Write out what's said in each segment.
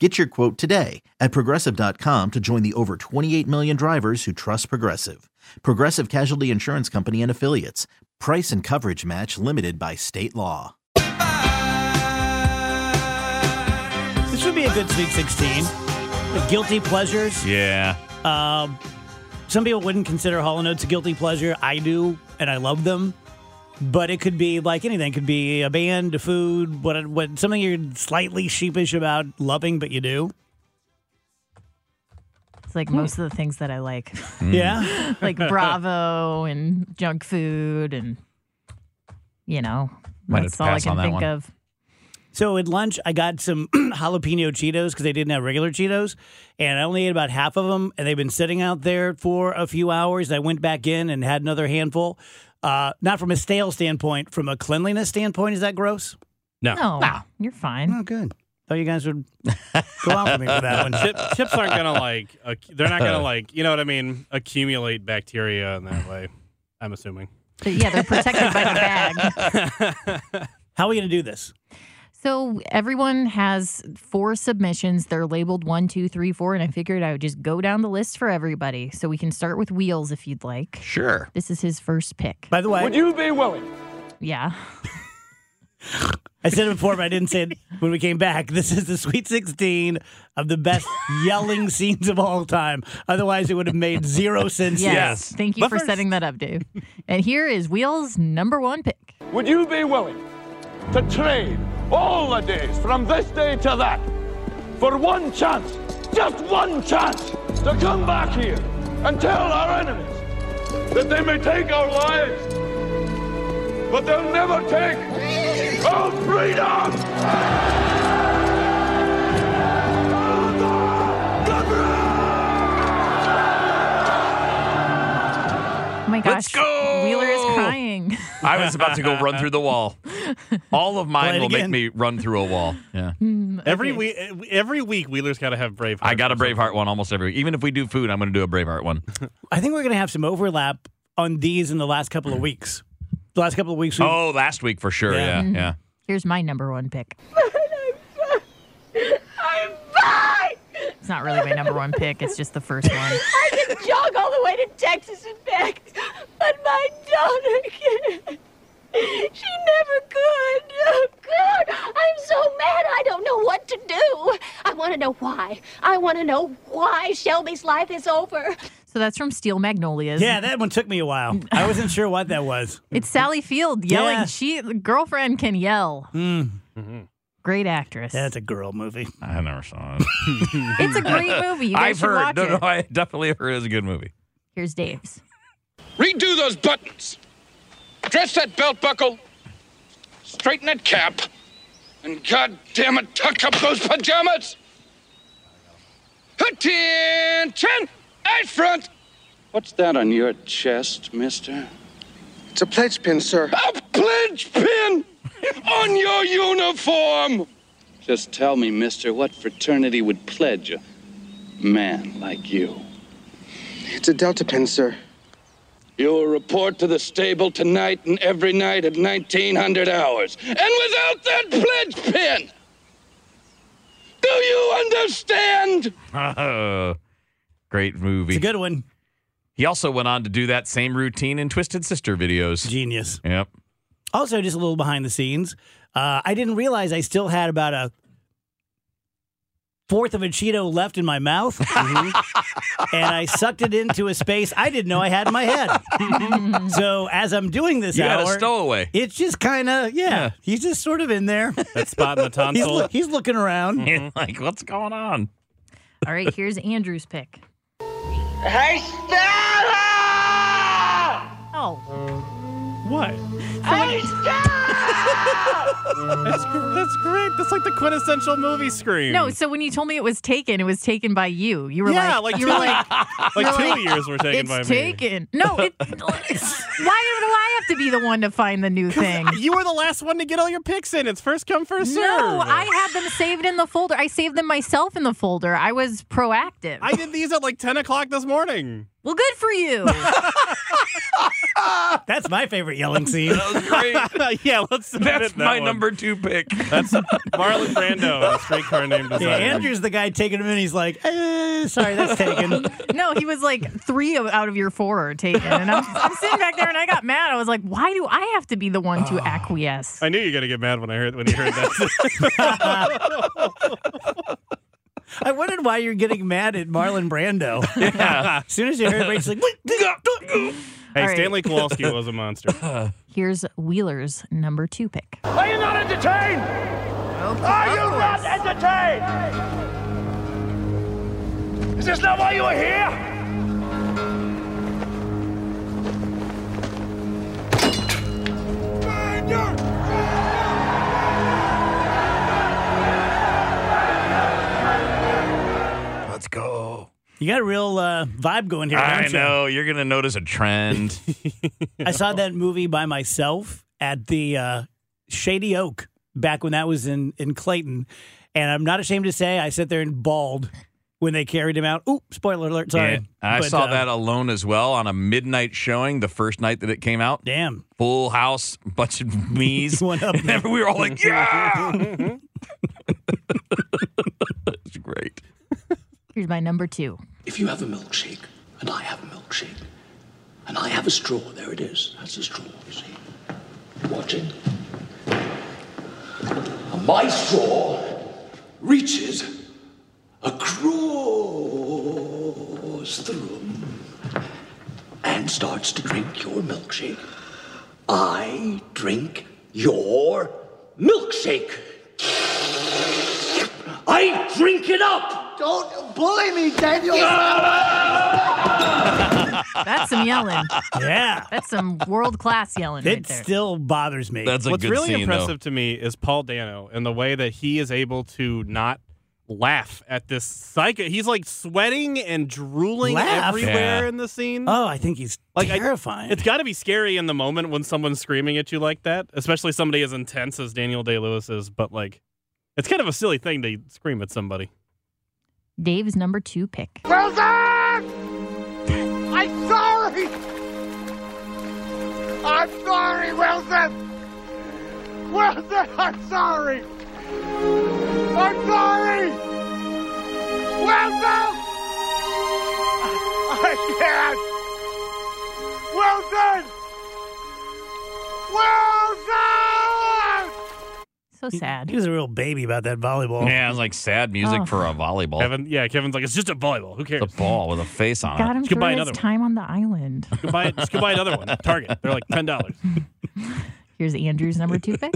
Get your quote today at progressive.com to join the over 28 million drivers who trust Progressive. Progressive Casualty Insurance Company and Affiliates. Price and coverage match limited by state law. This would be a good Sweet 16. The guilty pleasures. Yeah. Um, some people wouldn't consider Hall & Oates a guilty pleasure. I do, and I love them. But it could be like anything. It could be a band, a food, what, what, something you're slightly sheepish about loving, but you do. It's like most of the things that I like, Hmm. Yeah. like Bravo and junk food, and you know, Might have that's to all I pass on can that think one. of. So at lunch, I got some jalapeno Cheetos because they didn't have regular Cheetos, and I only ate about half of them, and they've been sitting out there for a few hours. I went back in and had another handful. Uh, not from a stale standpoint, from a cleanliness standpoint, is that gross? No. No, you're fine. Oh, good. Thought you guys would go out for me for that one. Chip, chips aren't gonna like. Ac- they're not gonna like. You know what I mean? Accumulate bacteria in that way. I'm assuming. But yeah, they're protected by the bag. How are we going to do this? So everyone has four submissions. They're labeled one, two, three, four, and I figured I would just go down the list for everybody. So we can start with Wheels if you'd like. Sure. This is his first pick. By the way, Would you be willing? yeah, I said it before, but I didn't say it when we came back. This is the Sweet 16 of the best yelling scenes of all time. Otherwise, it would have made zero sense. yes. Thank you But for first- setting that up, Dave. and here is Wheels' number one pick. Would you be willing to trade all the days from this day to that for one chance, just one chance, to come back here and tell our enemies that they may take our lives, but they'll never take our freedom! Oh my gosh, Let's go! Wheeler is crying. I was about to go run through the wall. All of Play mine it will again. make me run through a wall. Yeah. Every week, every week, Wheeler's got to have brave. I got a Braveheart one almost every week. Even if we do food, I'm going to do a Braveheart one. I think we're going to have some overlap on these in the last couple of weeks. The last couple of weeks. we- Oh, last week for sure. Yeah. Yeah. Yeah. Here's my number one pick. I'm fine. It's not really my number one pick. It's just the first one. I can jog all the way to Texas and back, but my daughter can't. She never could. Oh, God, I'm so mad. I don't know what to do. I want to know why. I want to know why Shelby's life is over. So that's from Steel Magnolias. Yeah, that one took me a while. I wasn't sure what that was. It's Sally Field yelling. Yeah. She girlfriend can yell. Great actress. Yeah, it's Hmm. a girl movie. Mm-hmm. I never saw it. it's a great movie. You guys I've should heard. watch No, it. no, I definitely heard it was a good movie. Here's Dave's. Redo those buttons. Dress that belt buckle. Straighten that cap. And goddamn it, tuck up those pajamas. Attention! Out front! What's that on your chest, mister? It's a pledge pin, sir. A pledge pin on your uniform! Just tell me, mister, what fraternity would pledge a man like you? It's a delta pin, sir. You'll report to the stable tonight and every night at 1900 hours. And without that pledge pin! Do you understand? Great It's movie. a good one. he also went on to do that same routine in Twisted Sister videos. Genius. Yep. Also, just a little behind the scenes. Uh, I didn't realize I still had about a fourth of a Cheeto left in my mouth, Mm-hmm. and I sucked it into a space I didn't know I had in my head. so as I'm doing this You got a hour, stowaway. it's just kind of yeah, Yeah. He's just sort of in there. That spot in the he's, tonsil. loo- he's looking around. You're like, what's going on? All right, here's Andrew's pick. Hey, Stella! Oh, what? Hey, Stella! That's gr- that's great. That's like the quintessential movie scream. no. So when you told me it was taken, it was taken by you. You were yeah, like, like, you two, were like, like two like, years were taken it's by me. taken. No, it, why do I have to be the one to find the new thing? You were the last one to get all your picks in. It's first come, first serve. No, I had them saved in the folder. I saved them myself in the folder. I was proactive. I did these at like ten o'clock this morning. well, good for you. That's my favorite yelling scene. That was great. yeah, let's. submit That's that my one. number two pick. That's Marlon Brando, a streetcar named Desire. Yeah, Andrew's the guy taking him in. He's like, eh, sorry, that's taken. No, he was like three of- out of your four are taken, and I'm, I'm sitting back there, and I got mad. I was like, "Why do I have to be the one Ah. to acquiesce?" I knew you were gonna get mad when I heard when you heard that. I wondered why you're getting mad at Marlon Brando. as soon as you heard Rachel, like, "What?" hey, All right. Stanley Kowalski was a monster. Here's Wheeler's number two pick. Are you not entertained? Are you not entertained? Is this not why you are here? Let's go. you got a real uh, vibe going here. I don't you? know. You're going to notice a trend. I saw that movie by myself at the uh, Shady Oak back when that was in, in Clayton. And I'm not ashamed to say I sat there and bawled when they carried him out. Oop, spoiler alert. Sorry. Yeah, I But, saw uh, that alone as well on a midnight showing the first night that it came out. Damn. Full house, bunch of me's. One up. And we were all like, yeah! It's great. Here's my number two. If you have a milkshake, and I have a milkshake, and I have a straw, there it is. That's a straw, you see. Watching. And my straw reaches across the room and starts to drink your milkshake. I drink your milkshake. I drink it up. Don't bully me, Daniel. That's some yelling. Yeah. That's some world class yelling right It there. still bothers me. That's a What's good really scene, though. impressive to me is Paul Dano and the way that he is able to not laugh at this psycho. He's like sweating and drooling Laugh? everywhere Yeah. in the scene. oh, I think he's Like, I- terrifying. It's got to be scary in the moment when someone's screaming at you like that, especially somebody as intense as Daniel Day Lewis is. But like, it's kind of a silly thing to scream at somebody. Dave's number two pick. I'm sorry! I'm sorry, Wilson! Wilson, I'm sorry! I'm sorry! Wilson! I can't! Wilson! Wilson! So he sad. was a real baby about that volleyball. Yeah, it was like sad music Oh. for a volleyball. Kevin, yeah, Kevin's like, it's just a volleyball. Who cares? the ball with a face on Got it. him could buy through his Uh, another one. time on the island. Go buy, just go buy another one. Target. They're like ten dollars. Here's Andrew's number two pick.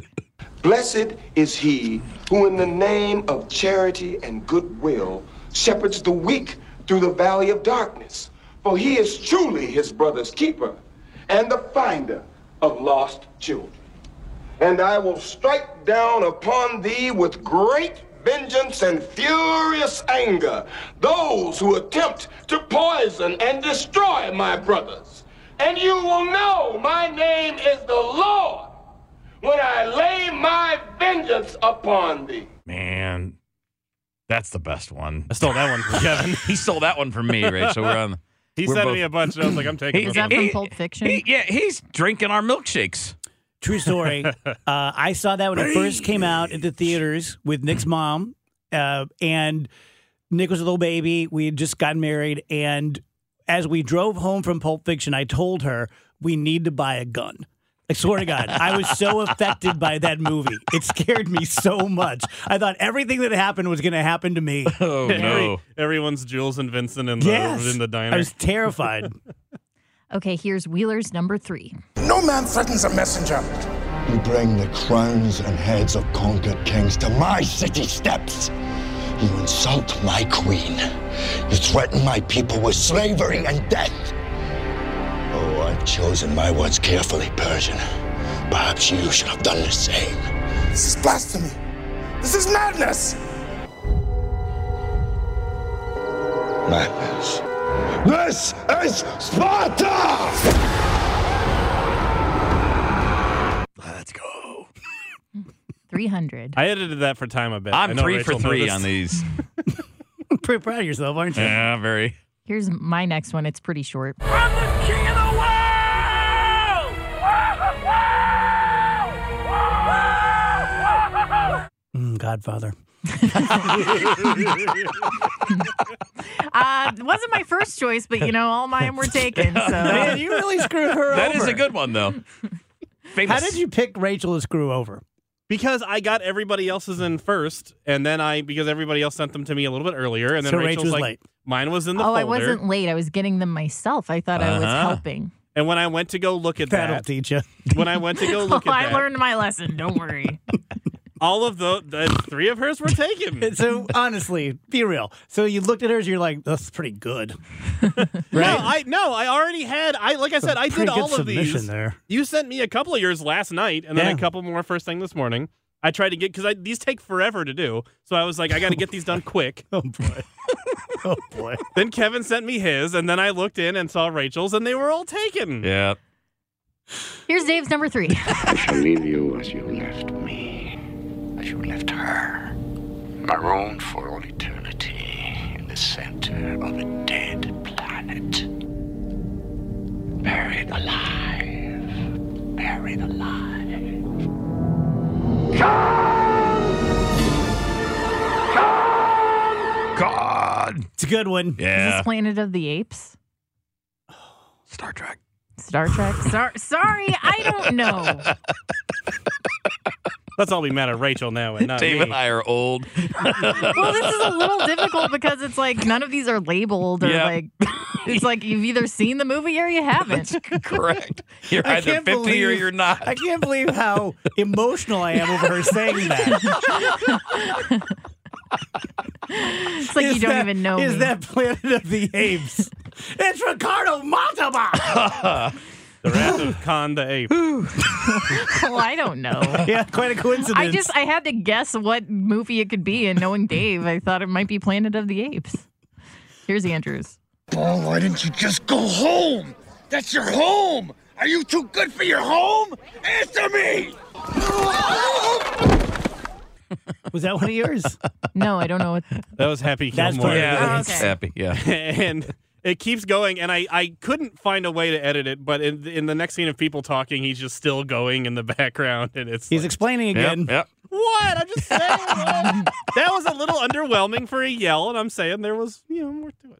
Blessed is he who, in the name of charity and goodwill, shepherds the weak through the valley of darkness. For he is truly his brother's keeper and the finder of lost children. And I will strike down upon thee with great vengeance and furious anger those who attempt to poison and destroy my brothers. And you will know my name is the Lord when I lay my vengeance upon thee. Man, that's the best one. I stole that one from Kevin. He stole that one from me, Rachel. We're on. He We're sent both- me a bunch, and I was like, I'm taking. He- Is this that one. from Pulp Fiction? He, yeah, he's drinking our milkshakes. True story. uh, I saw that when it first came out at the theaters with Nick's mom, uh, and Nick was a little baby. We had just gotten married, and as we drove home from Pulp Fiction, I told her we need to buy a gun. I swear to God, I was so affected by that movie. It scared me so much. I thought everything that happened was going to happen to me. Oh no. Everyone's Jules and Vincent in the Yes. in the diner. I was terrified. Okay, here's Wheeler's number three. No man threatens a messenger. You bring the crowns and heads of conquered kings to my city steps. You insult my queen. You threaten my people with slavery and death. Oh, I've chosen my words carefully, Persian. Perhaps you should have done the same. This is blasphemy. This is madness. Madness. This is Sparta! Let's go. 300. I edited that for time a bit. I I'm know three Rachel for three noticed. on these. Pretty proud of yourself, aren't you? yeah, very. Here's my next one. It's pretty short. Uh, I'm the king of the world! Mm, Godfather. Uh, it wasn't my first choice, but you know, all mine were taken. So Man, you really screwed her That over. is a good one though. Famous. How did you pick Rachel to screw over? Because I got everybody else's in first, and then I because everybody else sent them to me a little bit earlier, and then So Rach Rachel's was like, late. "Mine was in the Oh, folder." I wasn't late. I was getting them myself. I thought I was Uh-huh. helping. And when I went to go look at That'll that, teach you. when I went to go Oh, look at I that, learned my lesson. Don't worry. all of the, the three of hers were taken. So honestly, be real. So you looked at hers, you're like, that's pretty good. No, I no, I already had. I like I said, I Pretty did good all of submission these. there. You sent me a couple of yours last night, and then Yeah. a couple more first thing this morning. I tried to get because these take forever to do, so I was like, I got to get these done quick. Oh boy. oh boy. then Kevin sent me his, and then I looked in and saw Rachel's, and they were all taken. Yeah. Here's Dave's number three. shall leave you as you left me, as you left her, marooned for all eternity in the center of a dead planet. Buried alive, buried alive. God. It's a good one. Is Yeah. this Planet of the Apes? Star Trek. Star Trek? Star- sorry, I don't know. Let's all be mad at Rachel now and not Dave me. and I are old. Well, this is a little difficult because it's like none of these are labeled or Yeah. like it's like you've either seen the movie or you haven't. Correct. You're I either can't 50 or believe- you're not. I can't believe how emotional I am over her saying that. It's like you Is don't that- even know Is me. that Planet of the Apes? it's Ricardo Montalban. The Wrath of Khan the Ape. Well, I don't know. yeah, quite a coincidence. I just I had to guess what movie it could be, and knowing Dave, I thought it might be Planet of the Apes. Here's Andrews. Paul, why didn't you just go home? That's your home. Are you too good for your home? Answer me! was that one of yours? No, I don't know what. That was Happy That's Gilmore. pretty yeah, Oh, that's okay. happy. Yeah. and it keeps going and I, I couldn't find a way to edit it but in, in the next scene of people talking he's just still going in the background and it's He's like, explaining again. Yep. yep. what i'm just saying what?" that was a little underwhelming for a yell and i'm saying there was you know more to it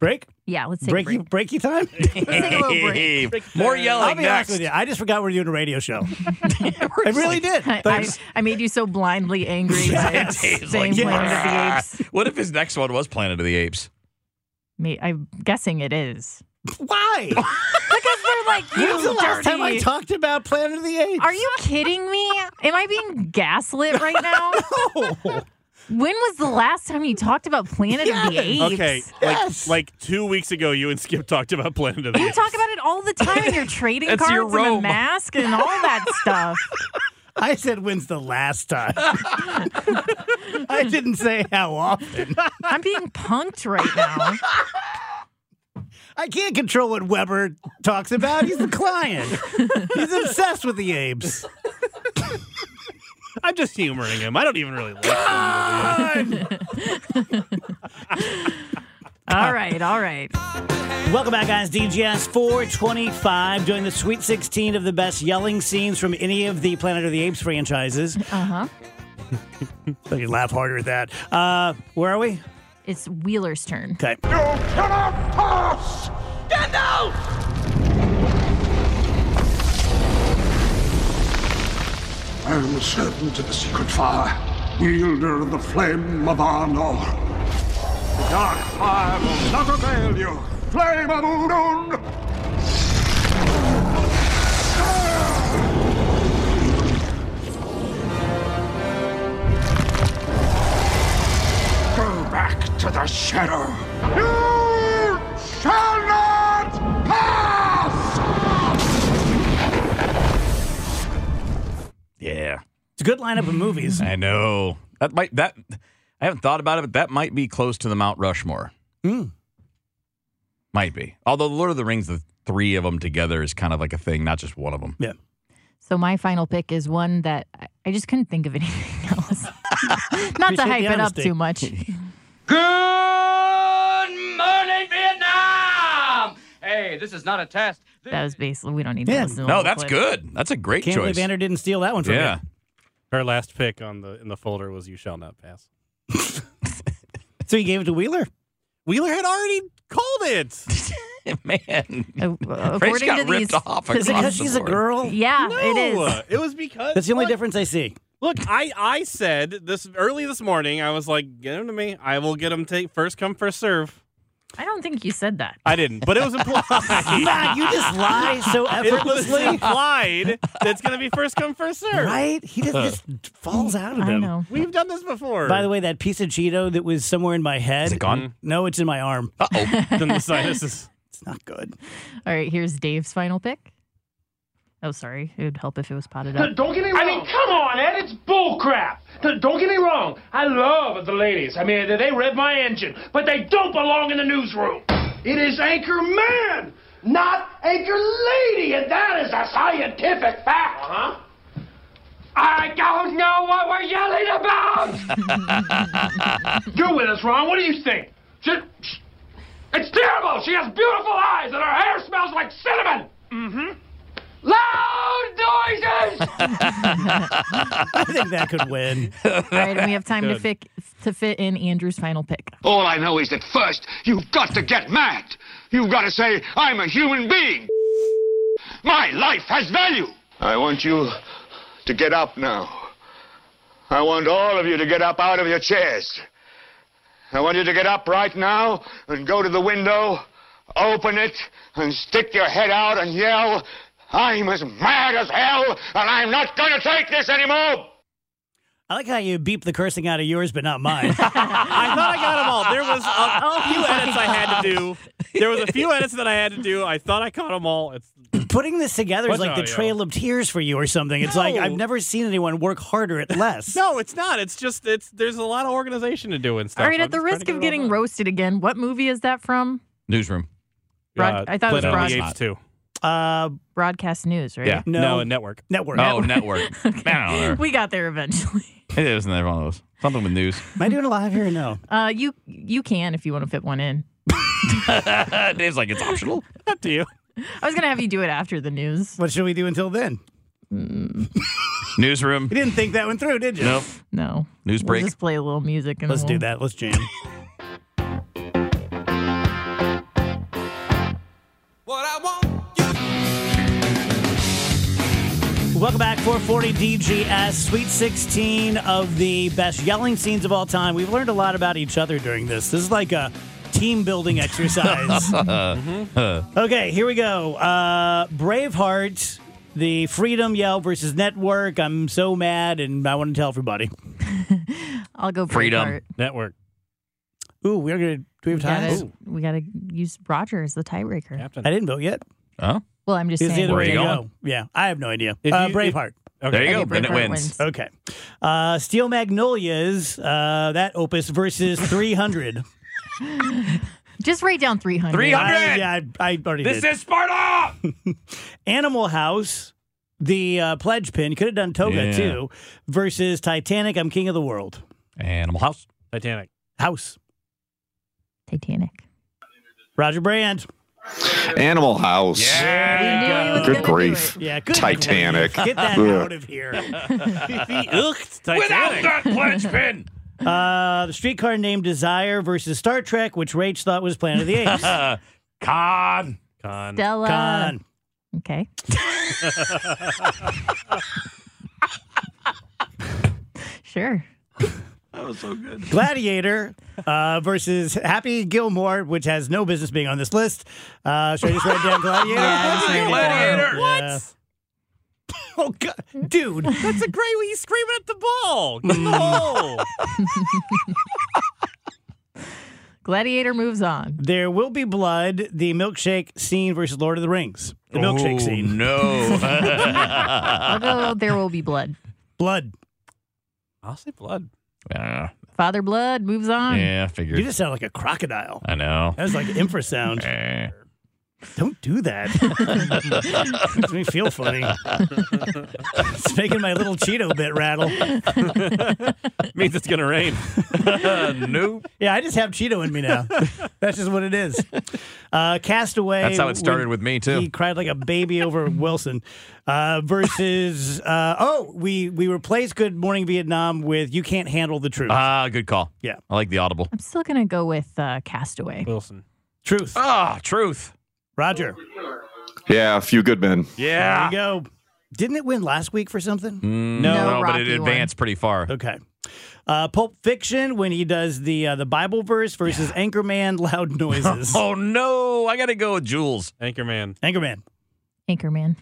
Break? Yeah, let's take a Breaky break. breaky time? Let's take a little break. More I'll yelling be next. honest with you. I just forgot we were doing a radio show. I really did. I, I, Thanks. I made you so blindly angry by Dave's saying like, Planet of the "Yeah." Apes. What if his next one was Planet of the Apes? Me, I'm guessing it is. Why? Because they're like, you When's the last time I dirty- talked about Planet of the Apes? Are you kidding me? Am I being gaslit right now? No. When was the last time you talked about Planet of the Apes? okay Yes. like like two weeks ago you and skip talked about planet of the You apes talk about it all the time in your trading It's cards your and the Rome. mask and all that stuff. I said when's the last time. I didn't say how often. I'm being punked right now. I can't control what Weber talks about. He's the client. He's obsessed with the apes. i'm just humoring him i don't even really like All right, all right. Welcome back, guys. DGS 425 doing the Sweet 16 of the best yelling scenes from any of the Planet of the Apes franchises. Uh huh. Uh-huh. I can laugh harder at that. Uh, where are we? It's Wheeler's turn. Okay. You cannot pass! Get out! I am a servant of the secret fire, wielder of the flame of Arnor. The dark fire will not avail you. Flame of Udun! Go back to the shadow. You shall not Yeah. It's a good lineup of movies. I know. That might that I haven't thought about it, but that might be close to the Mount Rushmore. Mm. Might be. Although Lord of the Rings, the three of them together is kind of like a thing, not just one of them. Yeah. So my final pick is one that I- I just couldn't think of anything else. Not to Appreciate hype the it up honesty. too much. Good morning, Vietnam! Hey, this is not a test. That was basically we don't need to Yeah. listen to the No, whole that's clip. good. That's a great Can't choice. believe Andrew didn't steal that one from yeah. me. Her last pick on the in the folder was "You Shall Not Pass." So you gave it to Wheeler? Wheeler had already called it. Man, Uh, According to these Is it positions- because she's a girl? Yeah, no, it is. It was because That's the only look, difference I see. Look, I I said this early this morning. I was like, "Get him to me. I will get him. Take first come, first serve." I don't think you said that. I didn't, but it was implied. Matt, you just lie so It effortlessly. was implied that's going to be first come, first serve. Right? He just, just falls out of them. We've done this before. By the way, that piece of Cheeto that was somewhere in my head. Is it gone? No, it's in my arm. Uh oh. Then the sinuses. It's not good. All right, here's Dave's final pick. Oh, sorry. It would help if it was potted up. Don't get me wrong. I mean, come on, Ed. It's bullcrap. Th- Don't get me wrong. I love the ladies. I mean, they rev my engine, but they don't belong in the newsroom. It is anchor man, not anchor lady, and that is a scientific fact. Huh? I don't know what we're yelling about. You're with us, Ron. What do you think? She- sh- it's terrible. She has beautiful eyes, and her hair smells like cinnamon. Mm-hmm. Loud noises. I think that could win. All right, and we have time to fit to fit in Andrew's final pick. All I know is that first, you've got to get mad. You've got to say, I'm a human being. My life has value. I want you to get up now. I want all of you to get up out of your chairs. I want you to get up right now and go to the window, open it, and stick your head out and yell, I'm as mad as hell, and I'm not going to take this anymore. I like how you beep the cursing out of yours, but not mine. I thought I got them all. There was a Oh few edits I had to do. There was a few edits that I had to do. I thought I caught them all. It's Putting this together is What's like the audio? trail of tears for you or something. It's like I've never seen anyone work harder at less. no, it's not. It's just it's there's a lot of organization to do and stuff. All right, I'm at the just trying risk to of get it all getting roasted again, what movie is that from? Newsroom. Broad- done. I thought it was Planet of the broad- Apes too. Uh, Broadcast news, right? Yeah. No, network. Network. Oh, network. Man, We got there eventually. it isn't there one of those. Something with news. Am I doing a live here or no? Uh, you you can if you want to fit one in. Dave's like, it's optional. Up to you. I was gonna have you do it after the news. What should we do until then? Newsroom. You didn't think that one through, did you? Nope. No. News We'll break. just play a little music. And Let's we'll- do that. Let's jam. Welcome back, 440 DGS, Sweet 16 of the best yelling scenes of all time. We've learned a lot about each other during this. This is like a team building exercise. Mm-hmm. Okay, here we go. Uh, Braveheart, the Freedom Yell versus Network. I'm so mad, and I want to tell everybody. I'll go Braveheart. network. Ooh, we're gonna do we have We gotta- time? Ooh. We gotta use Roger as the tiebreaker. I didn't vote yet. Oh, Well, I'm just Is the saying. other Where way are you to going? go. Yeah, I have no idea. If uh, you- if- Braveheart. There you Okay, go. Then it Braveheart wins. wins. Okay. Uh, Steel Magnolias, uh, that opus versus 300. Just write down 300. I, yeah, I, I already did. Sparta. Animal House, the uh, pledge pin. Could have done Toga Yeah. too. Versus Titanic, I'm King of the World. Animal House. Titanic. House. Titanic. Roger Brand. Animal House. Yeah. Good grief. Yeah, good Titanic. grief. Get that Ugh. out of here. Without that pledge pin. Uh, the streetcar named Desire versus Star Trek, which Rach thought was Planet of the Apes. Con. Con. Stella. Con. Okay. Sure. That was so good. Gladiator uh, versus Happy Gilmore, which has no business being on this list. Uh, should I just write down Gladiator? Yeah, just write it down. Gladiator. What? Oh god, dude, that's a great way you screaming at the ball. No. Gladiator moves on. There will be blood. The milkshake scene versus Lord of the Rings. The milkshake Oh, scene. I'll go. Oh, There will be blood. Blood. I'll say blood. Yeah, Father Blood moves on. yeah, I figured. You just sound like a crocodile. I know. That was like infrasound. Eh. Don't do that. Makes me feel funny. it's making my little Cheeto bit rattle. Means it's gonna rain. nope. Yeah, I just have Cheeto in me now. That's just what it is. Uh, Castaway. That's how it started when with me, too. He cried like a baby over Wilson. Uh, versus, uh, oh, we we replaced Good Morning Vietnam with You Can't Handle the Truth. Ah, good call. Yeah. I like the audible. I'm still gonna go with uh, Castaway. Wilson. Truth. Ah, truth. Roger. Yeah, a few good men. There you go. Didn't it win last week for something? Mm, no, but it advanced pretty far. Okay. Uh, Pulp Fiction when he does the uh, the Bible verse versus Anchorman loud noises. Oh no, I gotta go with Jules. Anchorman. Anchorman. Anchorman.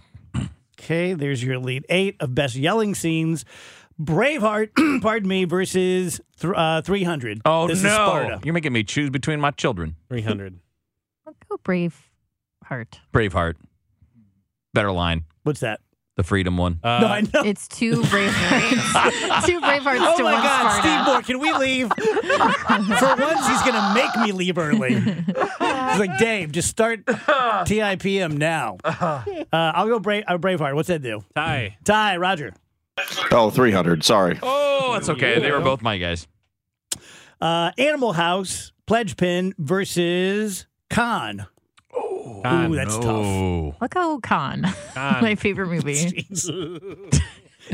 Okay, there's your lead eight of best yelling scenes. Braveheart, pardon me, versus th- uh, 300. Oh this no, is Sparta. you're making me choose between my children. Three hundred. Go Brave Heart. Braveheart. Better line. What's that? The freedom one. Uh, no, I know. It's two brave hearts. two brave hearts Oh to my one God, Sparta. Steve Moore, can we leave? For once, he's gonna make me leave early. He's like, Dave, just start TIPM now. Uh, I'll go Brave uh, Braveheart. What's that do? Tie. Tie. Roger. Oh, 300. Sorry. Oh, that's okay. They were both my guys. Uh, Animal House, Pledge Pin versus Khan. Ooh, that's tough. Look how Con. Con. my favorite movie.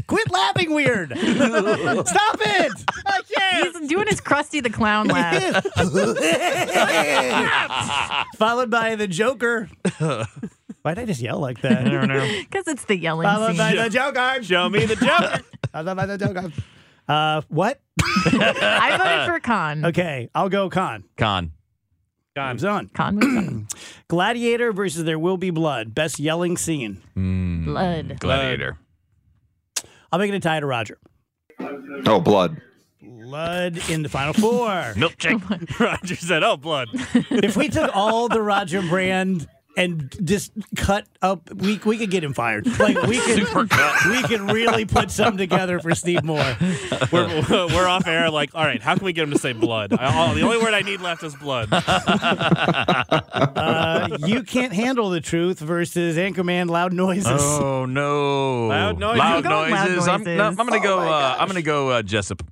Quit laughing weird. Stop it. He's doing his Krusty the Clown laugh. Followed by the Joker. Why'd I just yell like that? I don't know. Because it's the yelling Followed by scene. the Joker. Show me the Joker. Followed by the Joker. Uh, what? I voted for Con. Okay, I'll go Khan. Con. Gone. Moves on. Con moves on. Gladiator versus There Will Be Blood. Best yelling scene. Blood. Gladiator. I'll make it a tie to Roger. Oh, blood. Blood in the final four. Milkshake. Roger said, "Oh, blood." if we took all the Roger brand and just cut up, we we could get him fired. Like we could we could really put some together for Steve Moore. We're, we're off air. Like, all right, how can we get him to say blood? I, oh, the only word I need left is blood. Uh, you can't handle the truth versus Anchorman loud noises. Oh no. Loud noises. Loud I'm going Oh, loud noises. I'm, noises. no, I'm gonna go. uh, I'm gonna go. Uh, Jessup.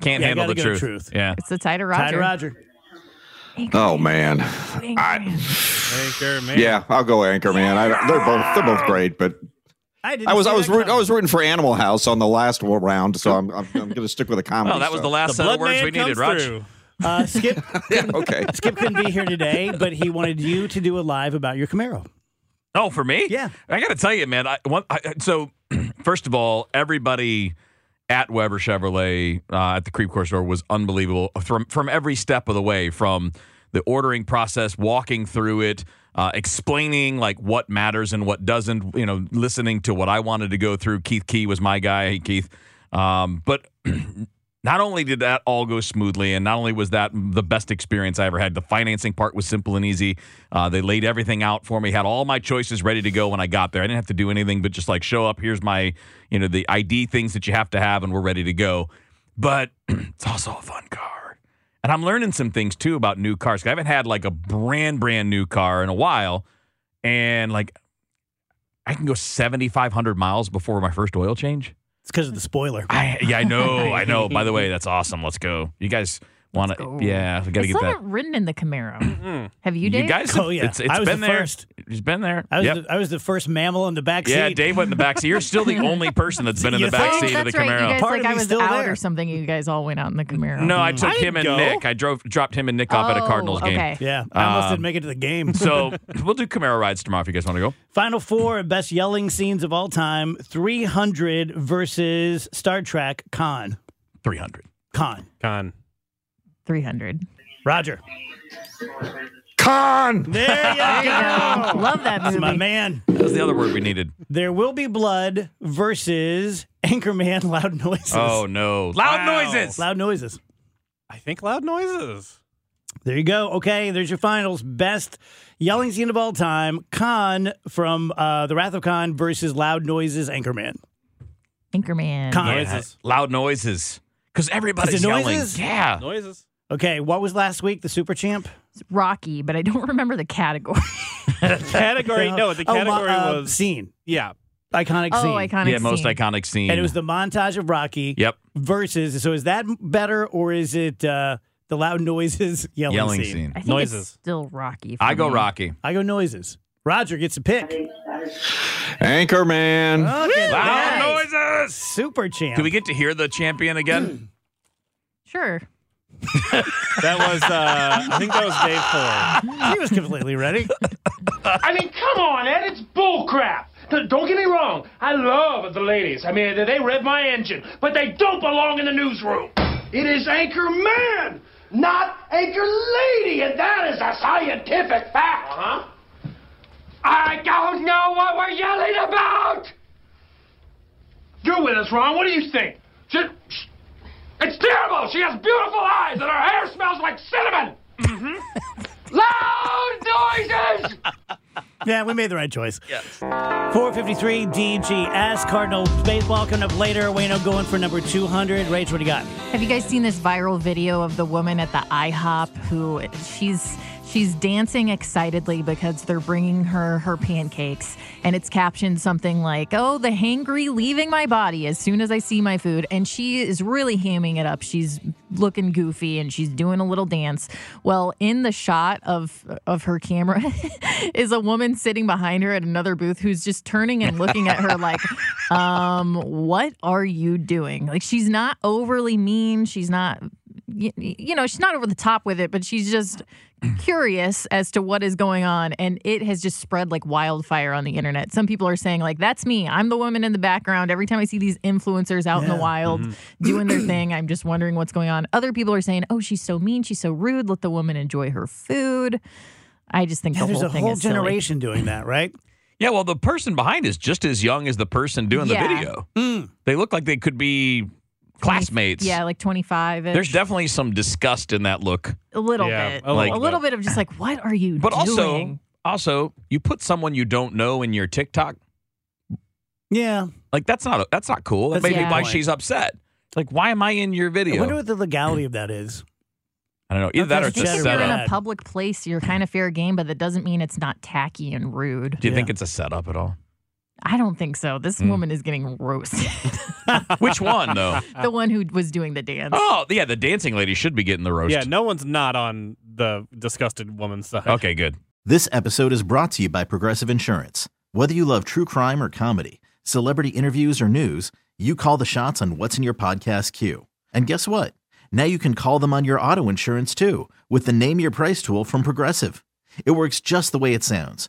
Can't Yeah, handle gotta the go truth. truth. Yeah. It's the tie to Ty to Roger. Roger. Oh man. Anchorman. Yeah, I'll go Anchorman. I don't, they're both they're both great, but didn't I was see I was that rooting, I coming. was rooting for Animal House on the last round, so I'm I'm, I'm going to stick with a comedy. Oh, that was so- the last set blood of words man we needed, comes Roger. through. Uh, Skip Yeah, okay. Skip couldn't be here today, but he wanted you to do a live about your Camaro. Oh, for me? Yeah. I got to tell you, man. I, one, I I- so first of all, everybody at Weber Chevrolet uh, at the Creep Course store was unbelievable uh, from from every step of the way, from the ordering process, walking through it, uh, explaining like what matters and what doesn't. You know, listening to what I wanted to go through. Keith Key was my guy. Hey, Keith. Um, but not only did that all go smoothly, and not only was that the best experience I ever had, the financing part was simple and easy. Uh, they laid everything out for me, had all my choices ready to go when I got there. I didn't have to do anything but just like show up. Here's my, you know, the ID things that you have to have, and we're ready to go. But it's also a fun car. And I'm learning some things too about new cars. 'Cause I haven't had like a brand, brand new car in a while. And like, I can go 7,500 miles before my first oil change. It's because of the spoiler. I yeah, I know, I know. By the way, that's awesome. Let's go. You guys want go. to? Yeah, we got to It's get not that. written in the Camaro. Mm. Have you, Dave? guys, Oh, yeah. it's, it's I was been the there. first. It's been there. I was, yep. the, I was the first mammal in the back yeah, seat. Dave went in the back seat. You're still the only person that's been in You the back Oh, seat of the that's right. You Camaro. guys, Part like of I me's was still out there. or something. You guys all went out in the Camaro. No, I took I him and go. Nick. I drove, dropped him and Nick off at a Oh, Cardinals game. okay. Yeah, I almost Um, didn't make it to the game. So we'll do Camaro rides tomorrow if you guys want to go. Final four of best yelling scenes of all time 300 versus Star Trek Khan. 300. Con. Con. 300. Roger. Con. There you There you go. go. Love that That's my movie. man. That was the other word we needed. There will be blood versus Anchorman Loud Noises. Oh, no. Loud noises. Loud noises. I think loud noises. There you go. Okay, there's your finals. Best yelling scene of all time: Khan from uh, The Wrath of Khan versus Loud Noises Anchorman. Anchorman. Con. Loud noises. Because everybody's Is it yelling. noises? Yeah. Noises. Okay, what was last week? The Super Champ It's Rocky, but I don't remember the category. Category. No, the Oh, my- category uh, was. scene, Yeah. iconic Oh, scene, iconic yeah, most scene. iconic scene. and it was the montage of Rocky. Yep. Versus. So is that better or is it uh, the Loud Noises yelling, Yelling scene? scene. I think It's Noises. still Rocky. for I go me. Rocky. I go noises. Roger gets a pick. Anchorman. Okay, Loud nice. noises. Super Champ. Do we get to hear the champion again? Sure. That was. Uh, I think that was day four. he was completely ready. I mean, come on, Ed, it's bullcrap. Th- Don't get me wrong. I love the ladies. I mean, they- they rev my engine, but they don't belong in the newsroom. It is anchor man, not anchor lady, and that is a scientific fact. huh I don't know what we're yelling about. You're with us, Ron. What do you think? She, sh it's terrible. She has beautiful eyes, and her hair smells like cinnamon. Mm-hmm. Loud noises. yeah, we made the right choice. Yes. 453 DGS Cardinals baseball coming up later. Wayno going for number 200. Rach, what do you got? Have you guys seen this viral video of the woman at the IHOP who she's she's dancing excitedly because they're bringing her her pancakes and it's captioned something like, "Oh, the hangry leaving my body as soon as I see my food." And she is really hamming it up. She's looking goofy and she's doing a little dance. Well, in the shot of of her camera is a woman sitting behind her at another booth who's just turning and looking at her like, um, what are you doing? Like she's not overly mean. She's not y- you know, she's not over the top with it, but she's just curious as to what is going on. And it has just spread like wildfire on the internet. Some people are saying, like, that's me. I'm the woman in the background. Every time I see these influencers out in the Yeah. Mm-hmm. wild doing their thing, I'm just wondering what's going on. Other people are saying, oh, she's so mean. She's so rude. Let the woman enjoy her food. I just think Yeah, the there's whole a thing whole is silly. generation doing that, right? Yeah, well, the person behind is just as young as the person doing Yeah. the video. Hmm. They look like they could be classmates. Yeah, like 25. -ish. There's definitely some disgust in that look. a little Yeah, bit. a little a little bit of just like, what are you But doing? also, also, you put someone you don't know in your TikTok. Yeah. Like that's not that's not cool. That That's a may be good why point. she's upset. Like, why am I in your video? I wonder what the legality of that is. I don't know. Either that or That's it's I a think if you're in setup. a Setup. public place, you're kind of fair game, but that doesn't mean it's not tacky and rude. Do you Yeah. think it's a setup at all? I don't think so. This Mm. woman is getting roasted. Which one though? the one who was doing the dance. Oh, yeah, the dancing lady should be getting the roast. Yeah, no one's not on the disgusted woman's side. Okay, good. This episode is brought to you by Progressive Insurance. Whether you love true crime or comedy, celebrity interviews or news, you call the shots on what's in your podcast queue. And guess what? Now you can call them on your auto insurance too with the Name Your Price tool from Progressive. It works just the way it sounds.